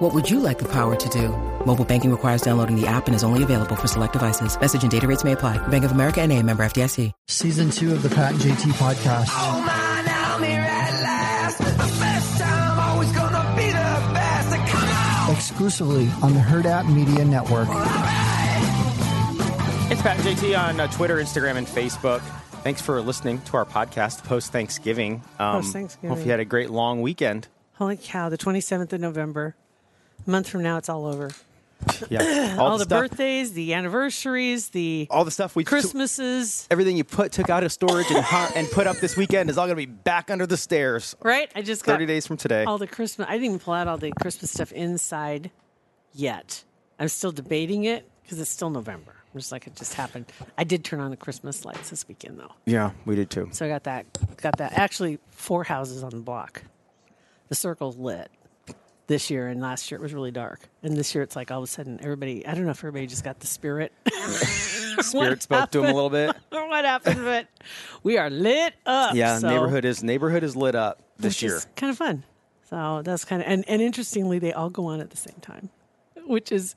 What would you like the power to do? Mobile banking requires downloading the app and is only available for select devices. Message and data rates may apply. Bank of America and a member FDIC. Season two of the Pat and JT podcast. Oh man, I'm here at last. The best time, always gonna be the best. And Come on, Exclusively on the Herd App Media Network. It's Pat and JT on uh, Twitter, Instagram, and Facebook. Thanks for listening to our podcast post Thanksgiving. Um, Post-Thanksgiving. Hope you had a great long weekend. Holy cow, the 27th of November. A month from now, it's all over. Yeah, All, the, stuff, birthdays, the anniversaries, the all the stuff we Christmases, everything you put took out of storage and hot, and put up this weekend is all going to be back under the stairs. right? I just got Thirty days from today. all the Christmas. I didn't even pull out all the Christmas stuff inside yet. I'm still debating it because it's still November. I'm just like, it just happened. I did turn on the Christmas lights this weekend, though. Yeah, we did too. So I got that. Got that. Actually, four houses on the block. The circle's lit this year, and last year it was really dark. And this year it's like all of a sudden everybody. I don't know if everybody just got the spirit. Spirit spoke to him a little bit. or what happened, but we are lit up. Yeah, so, neighborhood is neighborhood is lit up this which year. is kind of fun. So that's kind of and, and interestingly, they all go on at the same time, which is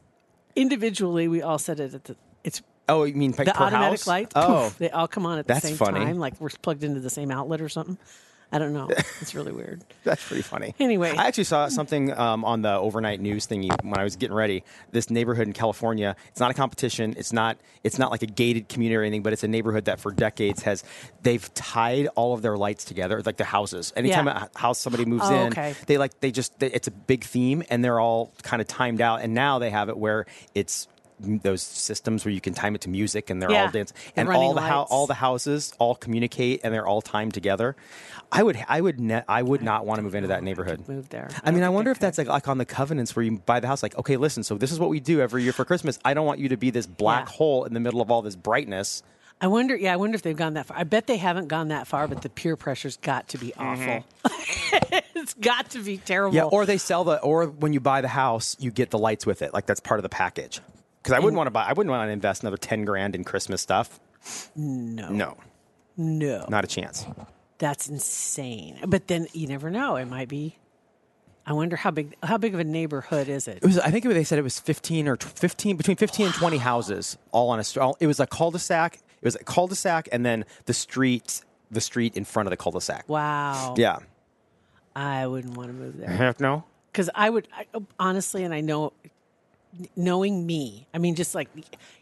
individually we all said it at the it's oh, you mean like the per automatic house? lights. Oh, poof, they all come on at the That's same funny. time, like we're plugged into the same outlet or something. I don't know. It's really weird. That's pretty funny. Anyway. I actually saw something um, on the overnight news thingy when I was getting ready. This neighborhood in California, it's not a competition. It's not. It's not like a gated community or anything, but it's a neighborhood that for decades has they've tied all of their lights together, like the houses. Anytime Yeah. a house somebody moves Oh, in, okay. they like they just they, it's a big theme, and they're all kind of timed out. And now they have it where it's those systems where you can time it to music and they're Yeah. all dancing The and running all the hou- lights. all the houses all communicate and they're all timed together i would i would ne- i would not want to move into that neighborhood Move there. I mean, don't I think wonder if could. that's like, like on the covenants where you buy the house, like, okay, listen, so this is what we do every year for Christmas. I don't want you to be this black Yeah. hole in the middle of all this brightness. I wonder. Yeah, I wonder if they've gone that far. I bet they haven't gone that far, but the peer pressure's got to be awful. it's got to be terrible. Mm-hmm. Yeah, or they sell the, or when you buy the house, you get the lights with it. Like that's part of the package. Because I wouldn't want to buy, I wouldn't want to invest another ten grand in Christmas stuff. No, no, no. not a chance. That's insane. But then you never know. It might be. I wonder how big how big of a neighborhood is it? It was, I think they said it was fifteen or tw- fifteen between fifteen and twenty houses, all on a str- all It was a cul-de-sac. It was a cul-de-sac, and then the street, the street in front of the cul-de-sac. Wow. Yeah. I wouldn't want to move there Heck no. because I would I, honestly, and I know, knowing me, I mean, just like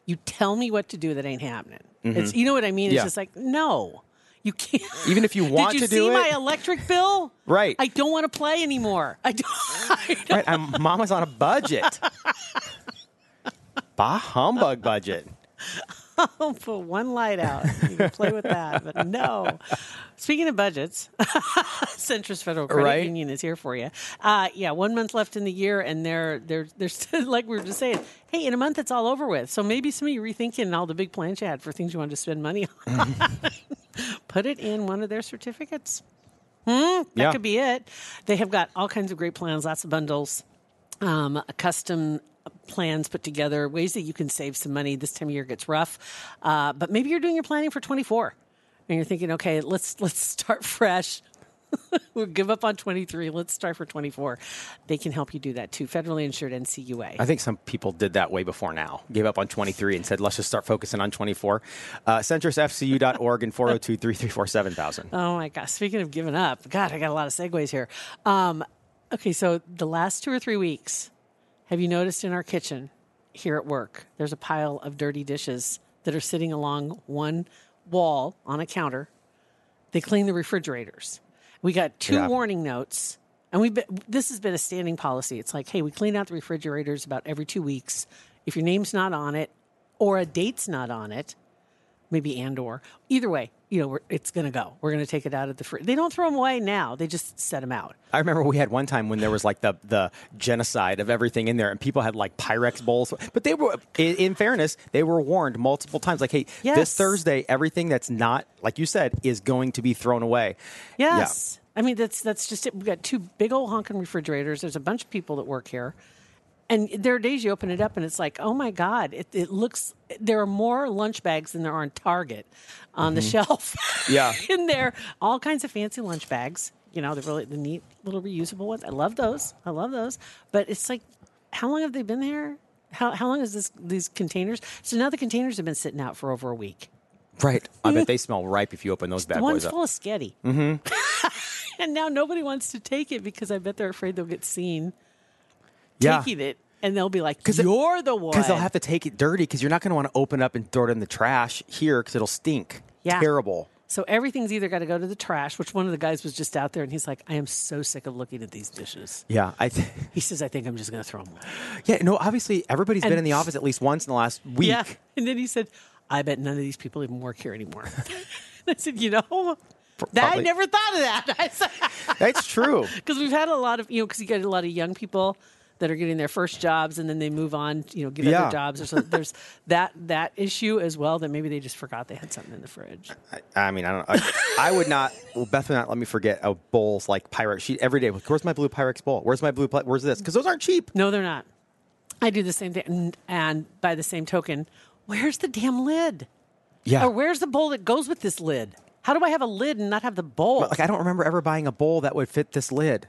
you tell me what to do, that ain't happening. It's you know what I mean. Mm-hmm. It's Yeah. just like no, you can't. Even if you want Did you to do see my it? electric bill? Right. I don't want to play anymore. I don't. I don't- Right, I'm, Mama's on a budget. Bah humbug budget. I'll put one light out. You can play with that, but no. Speaking of budgets, Centris Federal Credit Right. Union is here for you. Uh, yeah, one month left in the year, and they're they're they're still, like we were just saying. Hey, in a month, it's all over with. So maybe some of you are rethinking all the big plans you had for things you wanted to spend money on. Put it in one of their certificates. Hmm, that Yeah. could be it. They have got all kinds of great plans, lots of bundles um, custom plans put together, ways that you can save some money. This time of year gets rough, uh, but maybe you're doing your planning for 24, and you're thinking, okay, let's let's start fresh. we'll give up on 23. Let's start for 24. They can help you do that too. Federally insured NCUA. I think some people did that way before now. Gave up on 23 and said, let's just start focusing on 24. Uh, CentrusFCU.org and 402 334 7000. Oh my gosh. Speaking of giving up, God, I got a lot of segues here. Um, okay, so the last two or three weeks, have you noticed in our kitchen here at work, there's a pile of dirty dishes that are sitting along one wall on a counter? They clean the refrigerators. We got two Yeah. warning notes. And we've been, this has been a standing policy. It's like, hey, we clean out the refrigerators about every two weeks. If your name's not on it or a date's not on it, maybe and or either way, you know, we're, it's going to go. We're going to take it out of the free. They don't throw them away now. They just set them out. I remember we had one time when there was like the the genocide of everything in there, and people had like Pyrex bowls. But they were, in, in fairness, they were warned multiple times. Like, hey, Yes. this Thursday, everything that's not, like you said, is going to be thrown away. Yeah. Yes. I mean, that's that's just it. We've got two big old honking refrigerators. There's a bunch of people that work here. And there are days you open it up and it's like, oh my God, it, it looks, there are more lunch bags than there are on Target on the shelf. Mm-hmm. Yeah. in there, all kinds of fancy lunch bags. You know, the really the neat little reusable ones. I love those. I love those. But it's like, how long have they been there? How, how long has this these containers? So now the containers have been sitting out for over a week. Right. I Mm. bet they smell ripe if you open those bad The one's boys full up. Mm-hmm. of sketty. and now nobody wants to take it because I bet they're afraid they'll get seen Yeah. taking it. And they'll be like, it- you're the one. Because they'll have to take it dirty because you're not going to want to open up and throw it in the trash here because it'll stink. Yeah. Terrible. so everything's either got to go to the trash, which one of the guys was just out there and he's like, I am so sick of looking at these dishes. Yeah. I. Th- He says, I think I'm just going to throw them away. yeah. No. Obviously, everybody's been And- in the office at least once in the last week. Yeah. And then he said, I bet none of these people even work here anymore. I said, you know, that, I probably- never thought of that. I said, That's true. because we've had a lot of you know because you get a lot of young people that are getting their first jobs and then they move on you know get Yeah. other jobs or so there's that that issue as well that maybe they just forgot they had something in the fridge I mean, I don't. I, I would not. Well, Beth would not let me forget a bowls like Pyrex. She every day. Like, Where's my blue Pyrex bowl? Where's my blue? Pla- where's this? Because those aren't cheap. no they're not i do the same thing and, and by the same token where's the damn lid Yeah. or where's the bowl that goes with this lid how do i have a lid and not have the bowl like I don't remember ever buying a bowl that would fit this lid,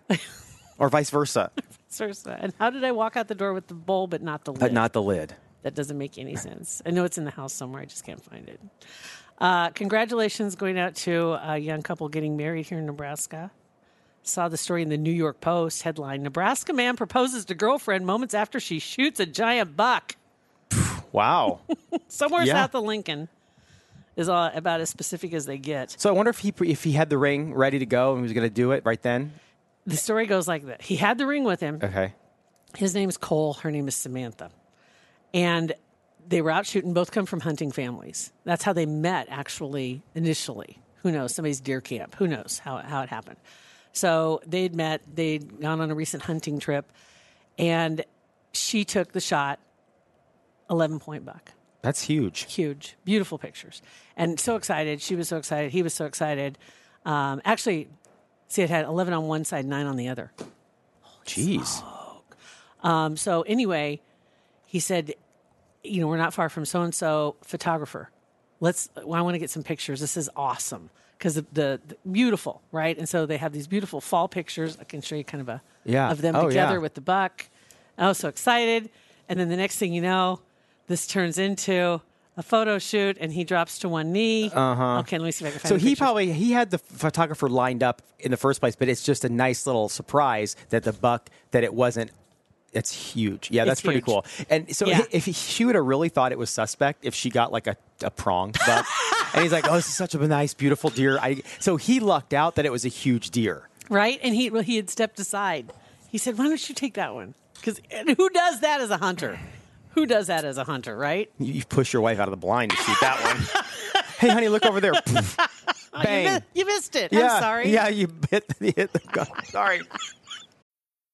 or vice versa, Seriously. and how did i walk out the door with the bowl but not the lid but not the lid. That doesn't make any sense. I know it's in the house somewhere. I just can't find it. Uh, congratulations going out to a young couple getting married here in Nebraska. Saw the story in the New York Post headline Nebraska man proposes to girlfriend moments after she shoots a giant buck. Wow. Somewhere Yeah. south of Lincoln is all about as specific as they get. so I wonder if he pre- if he had the ring ready to go and he was going to do it right then. The story goes like that He had the ring with him. Okay. His name's Cole. Her name is Samantha. And they were out shooting, both come from hunting families. That's how they met, actually, initially. Who knows? Somebody's deer camp. Who knows how, how it happened? So they'd met, they'd gone on a recent hunting trip, and she took the shot, 11 point buck That's huge. huge, beautiful pictures, and so excited. She was so excited. He was so excited. Um, actually, see, it had eleven on one side, nine on the other. Jeez. Um, so anyway, he said, you know, we're not far from so and so photographer. Let's. Well, I want to get some pictures. This is awesome because the, the, the beautiful, right? And so they have these beautiful fall pictures. I can show you kind of a Yeah. of them Oh, together yeah. with the buck. I was so excited, and then the next thing you know, this turns into. A photo shoot, and he drops to one knee. Uh-huh. Okay, let me see if I can find. So the he pictures. probably he had the photographer lined up in the first place, but it's just a nice little surprise that the buck that it wasn't. It's huge. Yeah, that's pretty huge. cool. And so Yeah. if he- she would have really thought it was suspect if she got like a, a prong buck, and he's like, "Oh, this is such a nice, beautiful deer." I so he lucked out that it was a huge deer. right? And he well, he had stepped aside. He said, "Why don't you take that one?" Because who does that as a hunter? Who does that as a hunter, right? You, you push your wife out of the blind to shoot that one. hey, honey, look over there. Poof. You, mi- Bang. you missed it. Yeah, I'm sorry. Yeah, you hit the, hit the gun. Sorry.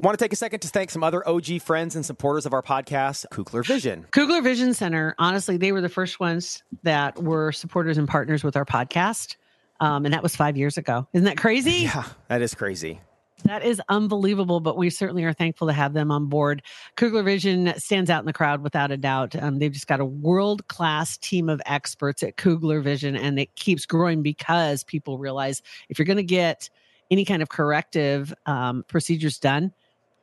Want to take a second to thank some other OG friends and supporters of our podcast, Kugler Vision. Kugler Vision Center, honestly, they were the first ones that were supporters and partners with our podcast. Um, and that was five years ago. Isn't that crazy? Yeah, that is crazy. That is unbelievable, but we certainly are thankful to have them on board. Kugler Vision stands out in the crowd without a doubt. Um, they've just got a world class team of experts at Kugler Vision, and it keeps growing because people realize if you're going to get any kind of corrective um, procedures done,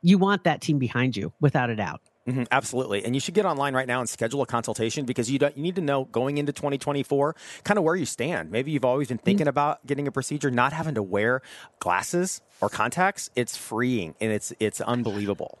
you want that team behind you without a doubt. Mhm, absolutely. And you should get online right now and schedule a consultation because you, don't, you need to know going into 2024 kind of where you stand. Maybe you've always been thinking about getting a procedure, not having to wear glasses or contacts. It's freeing and it's it's unbelievable.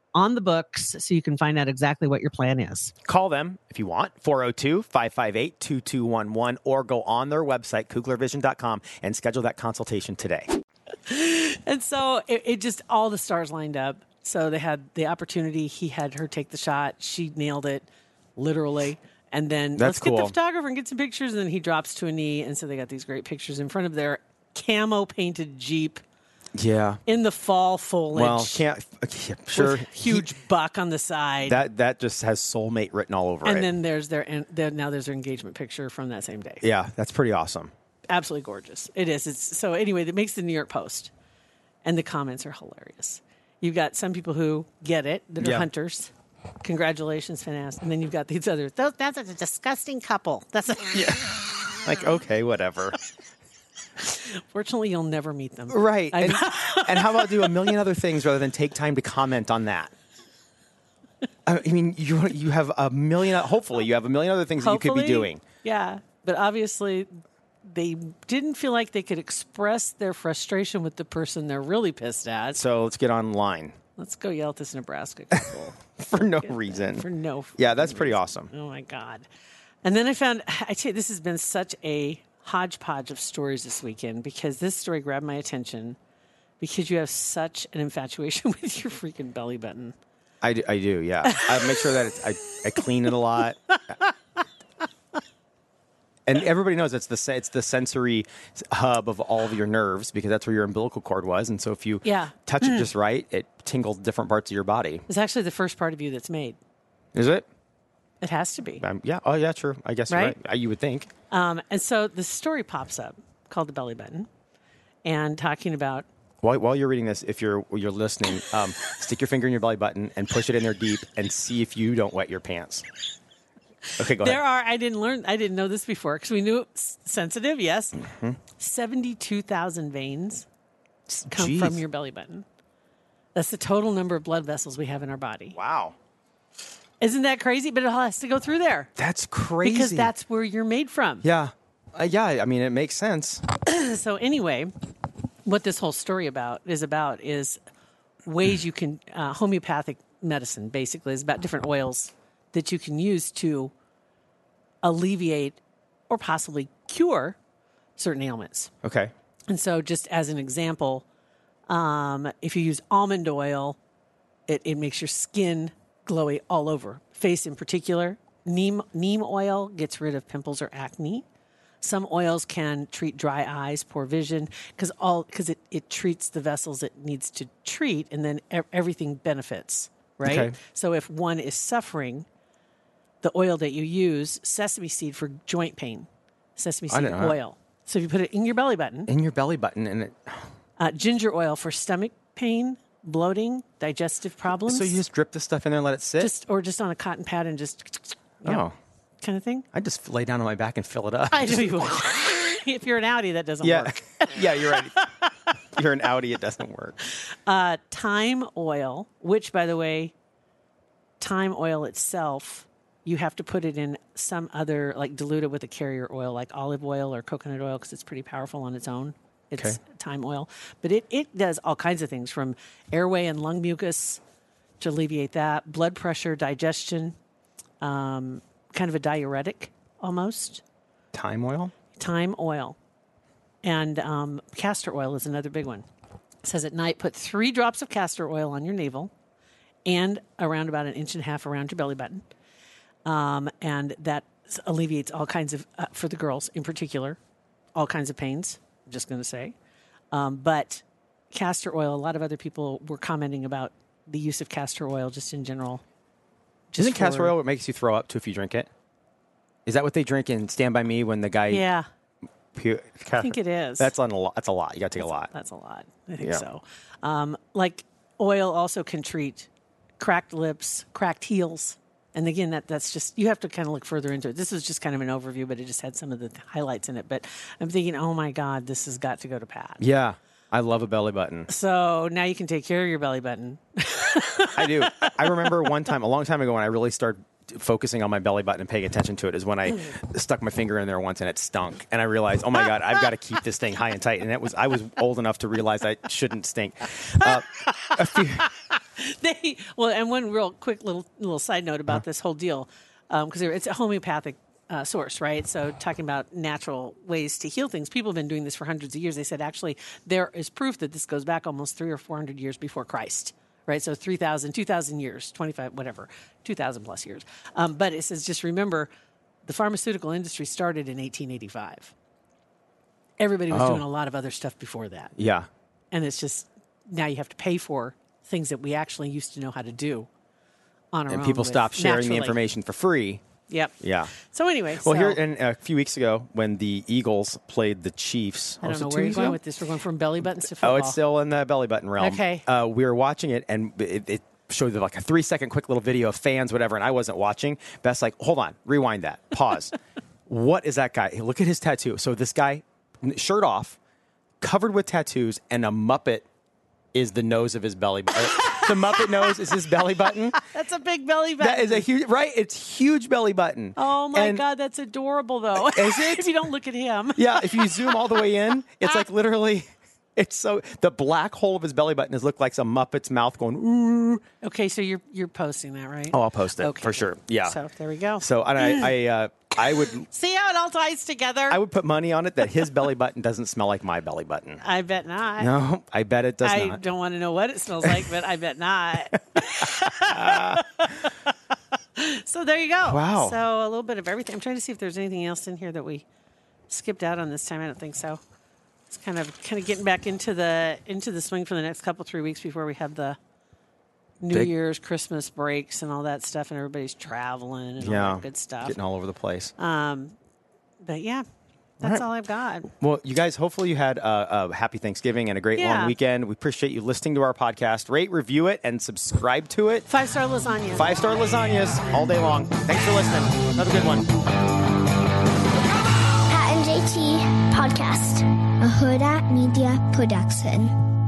on the books so you can find out exactly what your plan is. Call them if you want, 402 558 2211, or go on their website, kuglervision.com, and schedule that consultation today. And so it, it just all the stars lined up. So they had the opportunity. He had her take the shot. She nailed it, literally. And then That's let's get cool. the photographer and get some pictures. And then he drops to a knee. And so they got these great pictures in front of their camo painted Jeep Yeah. in the fall foliage. Well, can't, okay, sure. with Huge buck on the side. That, that just has soulmate written all over and it. then there's their, en- their now there's their engagement picture from that same day. yeah, that's pretty awesome. absolutely gorgeous. It is. It's so anyway, that makes the New York Post. And the comments are hilarious. You've got some people who get it that are Yeah. hunters. Congratulations, Finast. And then you've got these others. Those, that's a disgusting couple. That's a, Like, okay, whatever. fortunately you'll never meet them. Right. I- And, and how about do a million other things rather than take time to comment on that? I mean, you you have a million. Hopefully, you have a million other things that you could be Hopefully. doing. Yeah, but obviously they didn't feel like they could express their frustration with the person they're really pissed at. So let's get online Let's go yell at this Nebraska couple. for no reason. for no. yeah, that's pretty awesome. Oh my god! And then I found I tell you this has been such a hodgepodge of stories this weekend because this story grabbed my attention because you have such an infatuation with your freaking belly button. I do, I do yeah. I make sure that it's, I, I clean it a lot. And everybody knows it's the se- it's the sensory hub of all of your nerves because that's where your umbilical cord was. And so if you Yeah. Mm. touch it just right, it tingles different parts of your body. It's actually the first part of you that's made. Is it? It has to be. Um, yeah. Oh, yeah. True. I guess you're Right? right. Uh, You would think. Um, and so this story pops up called the belly button, and talking about While, while you're reading this, if you're you're listening, um, stick your finger in your belly button and push it in there deep and see if you don't wet your pants. Okay, go there ahead. are I didn't learn I didn't know this before because we knew it's sensitive. Yes, Mm-hmm. two thousand veins come from Jeez. your belly button. That's the total number of blood vessels we have in our body. wow, Isn't that crazy? But it all has to go through there that's crazy. because that's where you're made from. yeah, uh, yeah. I mean, it makes sense. So anyway, what this whole story about is about is ways you can uh, homeopathic medicine basically is about different oils that you can use to alleviate or possibly cure certain ailments. Okay. And so, just as an example, um, if you use almond oil, it, it makes your skin glowy all over, face in particular. Neem, neem oil gets rid of pimples or acne. Some oils can treat dry eyes, poor vision, because all because it, it treats the vessels it needs to treat, and then e- everything benefits, right? Okay. So if one is suffering, the oil that you use, sesame seed for joint pain, sesame I seed didn't know that. oil. So if you put it in your belly button, In your belly button, and it, uh, ginger oil for stomach pain, bloating, digestive problems. so you just drip this stuff in there, and let it sit. just or just on a cotton pad and just Oh, kind of thing. I just lay down on my back and fill it up. I know you. if you're an Audi, that doesn't yeah, work. yeah. You're right. You're an Audi. It doesn't work. Uh, thyme oil, which by the way, thyme oil itself, you have to put it in some other like dilute it with a carrier oil, like olive oil or coconut oil, because it's pretty powerful on its own. It's Okay. thyme oil, but it it does all kinds of things from airway and lung mucus to alleviate that, blood pressure, digestion, um, kind of a diuretic almost. Time oil. Thyme oil and um, castor oil is another big one. It says at night, put three drops of castor oil on your navel and around about an inch and a half around your belly button. Um, and that s- alleviates all kinds of, uh, for the girls in particular, all kinds of pains, I'm just going to say. Um, but castor oil, a lot of other people were commenting about the use of castor oil just in general. Just Isn't castor for- oil what makes you throw up too if you drink it? Is that what they drink in Stand By Me when the guy Yeah. pu- I think it is. That's on a lot. That's a lot. You got to take a lot. That's a lot. I think Yeah. so. Um, like oil also can treat cracked lips, cracked heels. And again, that, that's just, you have to kind of look further into it. This is just kind of an overview, but it just had some of the th- highlights in it. But I'm thinking, oh my God, this has got to go to Pat. Yeah, I love a belly button. So now you can take care of your belly button. I do. I remember one time, a long time ago, when I really started focusing on my belly button and paying attention to it is when I stuck my finger in there once and it stunk and I realized oh my god I've got to keep this thing high and tight and it was I was old enough to realize I shouldn't stink uh, a few, they well, and one real quick little little side note about this whole deal, because it's a homeopathic uh, source, right? So talking about natural ways to heal things, people have been doing this for hundreds of years. They said actually there is proof that this goes back almost three or four hundred years before Christ. Right, so 3,000, 2,000 years, 25, whatever, 2,000 plus years. Um, but it says just remember the pharmaceutical industry started in 1885. Everybody was Oh. doing a lot of other stuff before that yeah and it's just now you have to pay for things that we actually used to know how to do on our and own people with- stop sharing naturally. the information for free Yep. yeah So anyway, well so, here and a few weeks ago when the Eagles played the Chiefs or I don't was it know two where you're weeks going ago? with this. We're going from belly buttons to football. Oh, it's still in the belly button realm. Okay. Uh, we were watching it, and it, it showed like a three second quick little video of fans, whatever, and I wasn't watching. Beth's like, hold on, rewind that, pause. what is that guy? Hey, Look at his tattoo. So this guy, n- shirt off, covered with tattoos, and a Muppet is the nose of his belly button. the Muppet nose is his belly button. that's a big belly button. That is a huge, right? It's huge belly button. oh my And- god, that's adorable though. Is it? if you don't look at him, Yeah, if you zoom all the way in, it's like literally, it's so the black hole of his belly button has looked like some Muppet's mouth going ooh. okay. So you're you're posting that right? Oh, I'll post it Okay, for good. sure. Yeah. So there we go. So and I, I, uh, I would, see how it all ties together. I I would put money on it that his belly button doesn't smell like my belly button. bet not. No, I bet it does I not. don't want to know what it smells like, but I bet not. so there you go. Wow. So a little bit of everything. I'm trying to see if there's anything else in here that we skipped out on this time. I don't think so. It's kind of kind of getting back into the into the swing for the next couple three weeks before we have the New Big- Year's, Christmas breaks, and all that stuff, and everybody's traveling and all Yeah, that good stuff. Um, Getting all over the place. but yeah, that's right. all I've got. Well, you guys, hopefully you had a, a happy Thanksgiving and a great Yeah. long weekend. We appreciate you listening to our podcast. Rate, review it, and subscribe to it. Five star lasagna. Five star lasagnas all day long. Thanks for listening. Have a good one. Pat and JT Podcast, a Huda Media Production.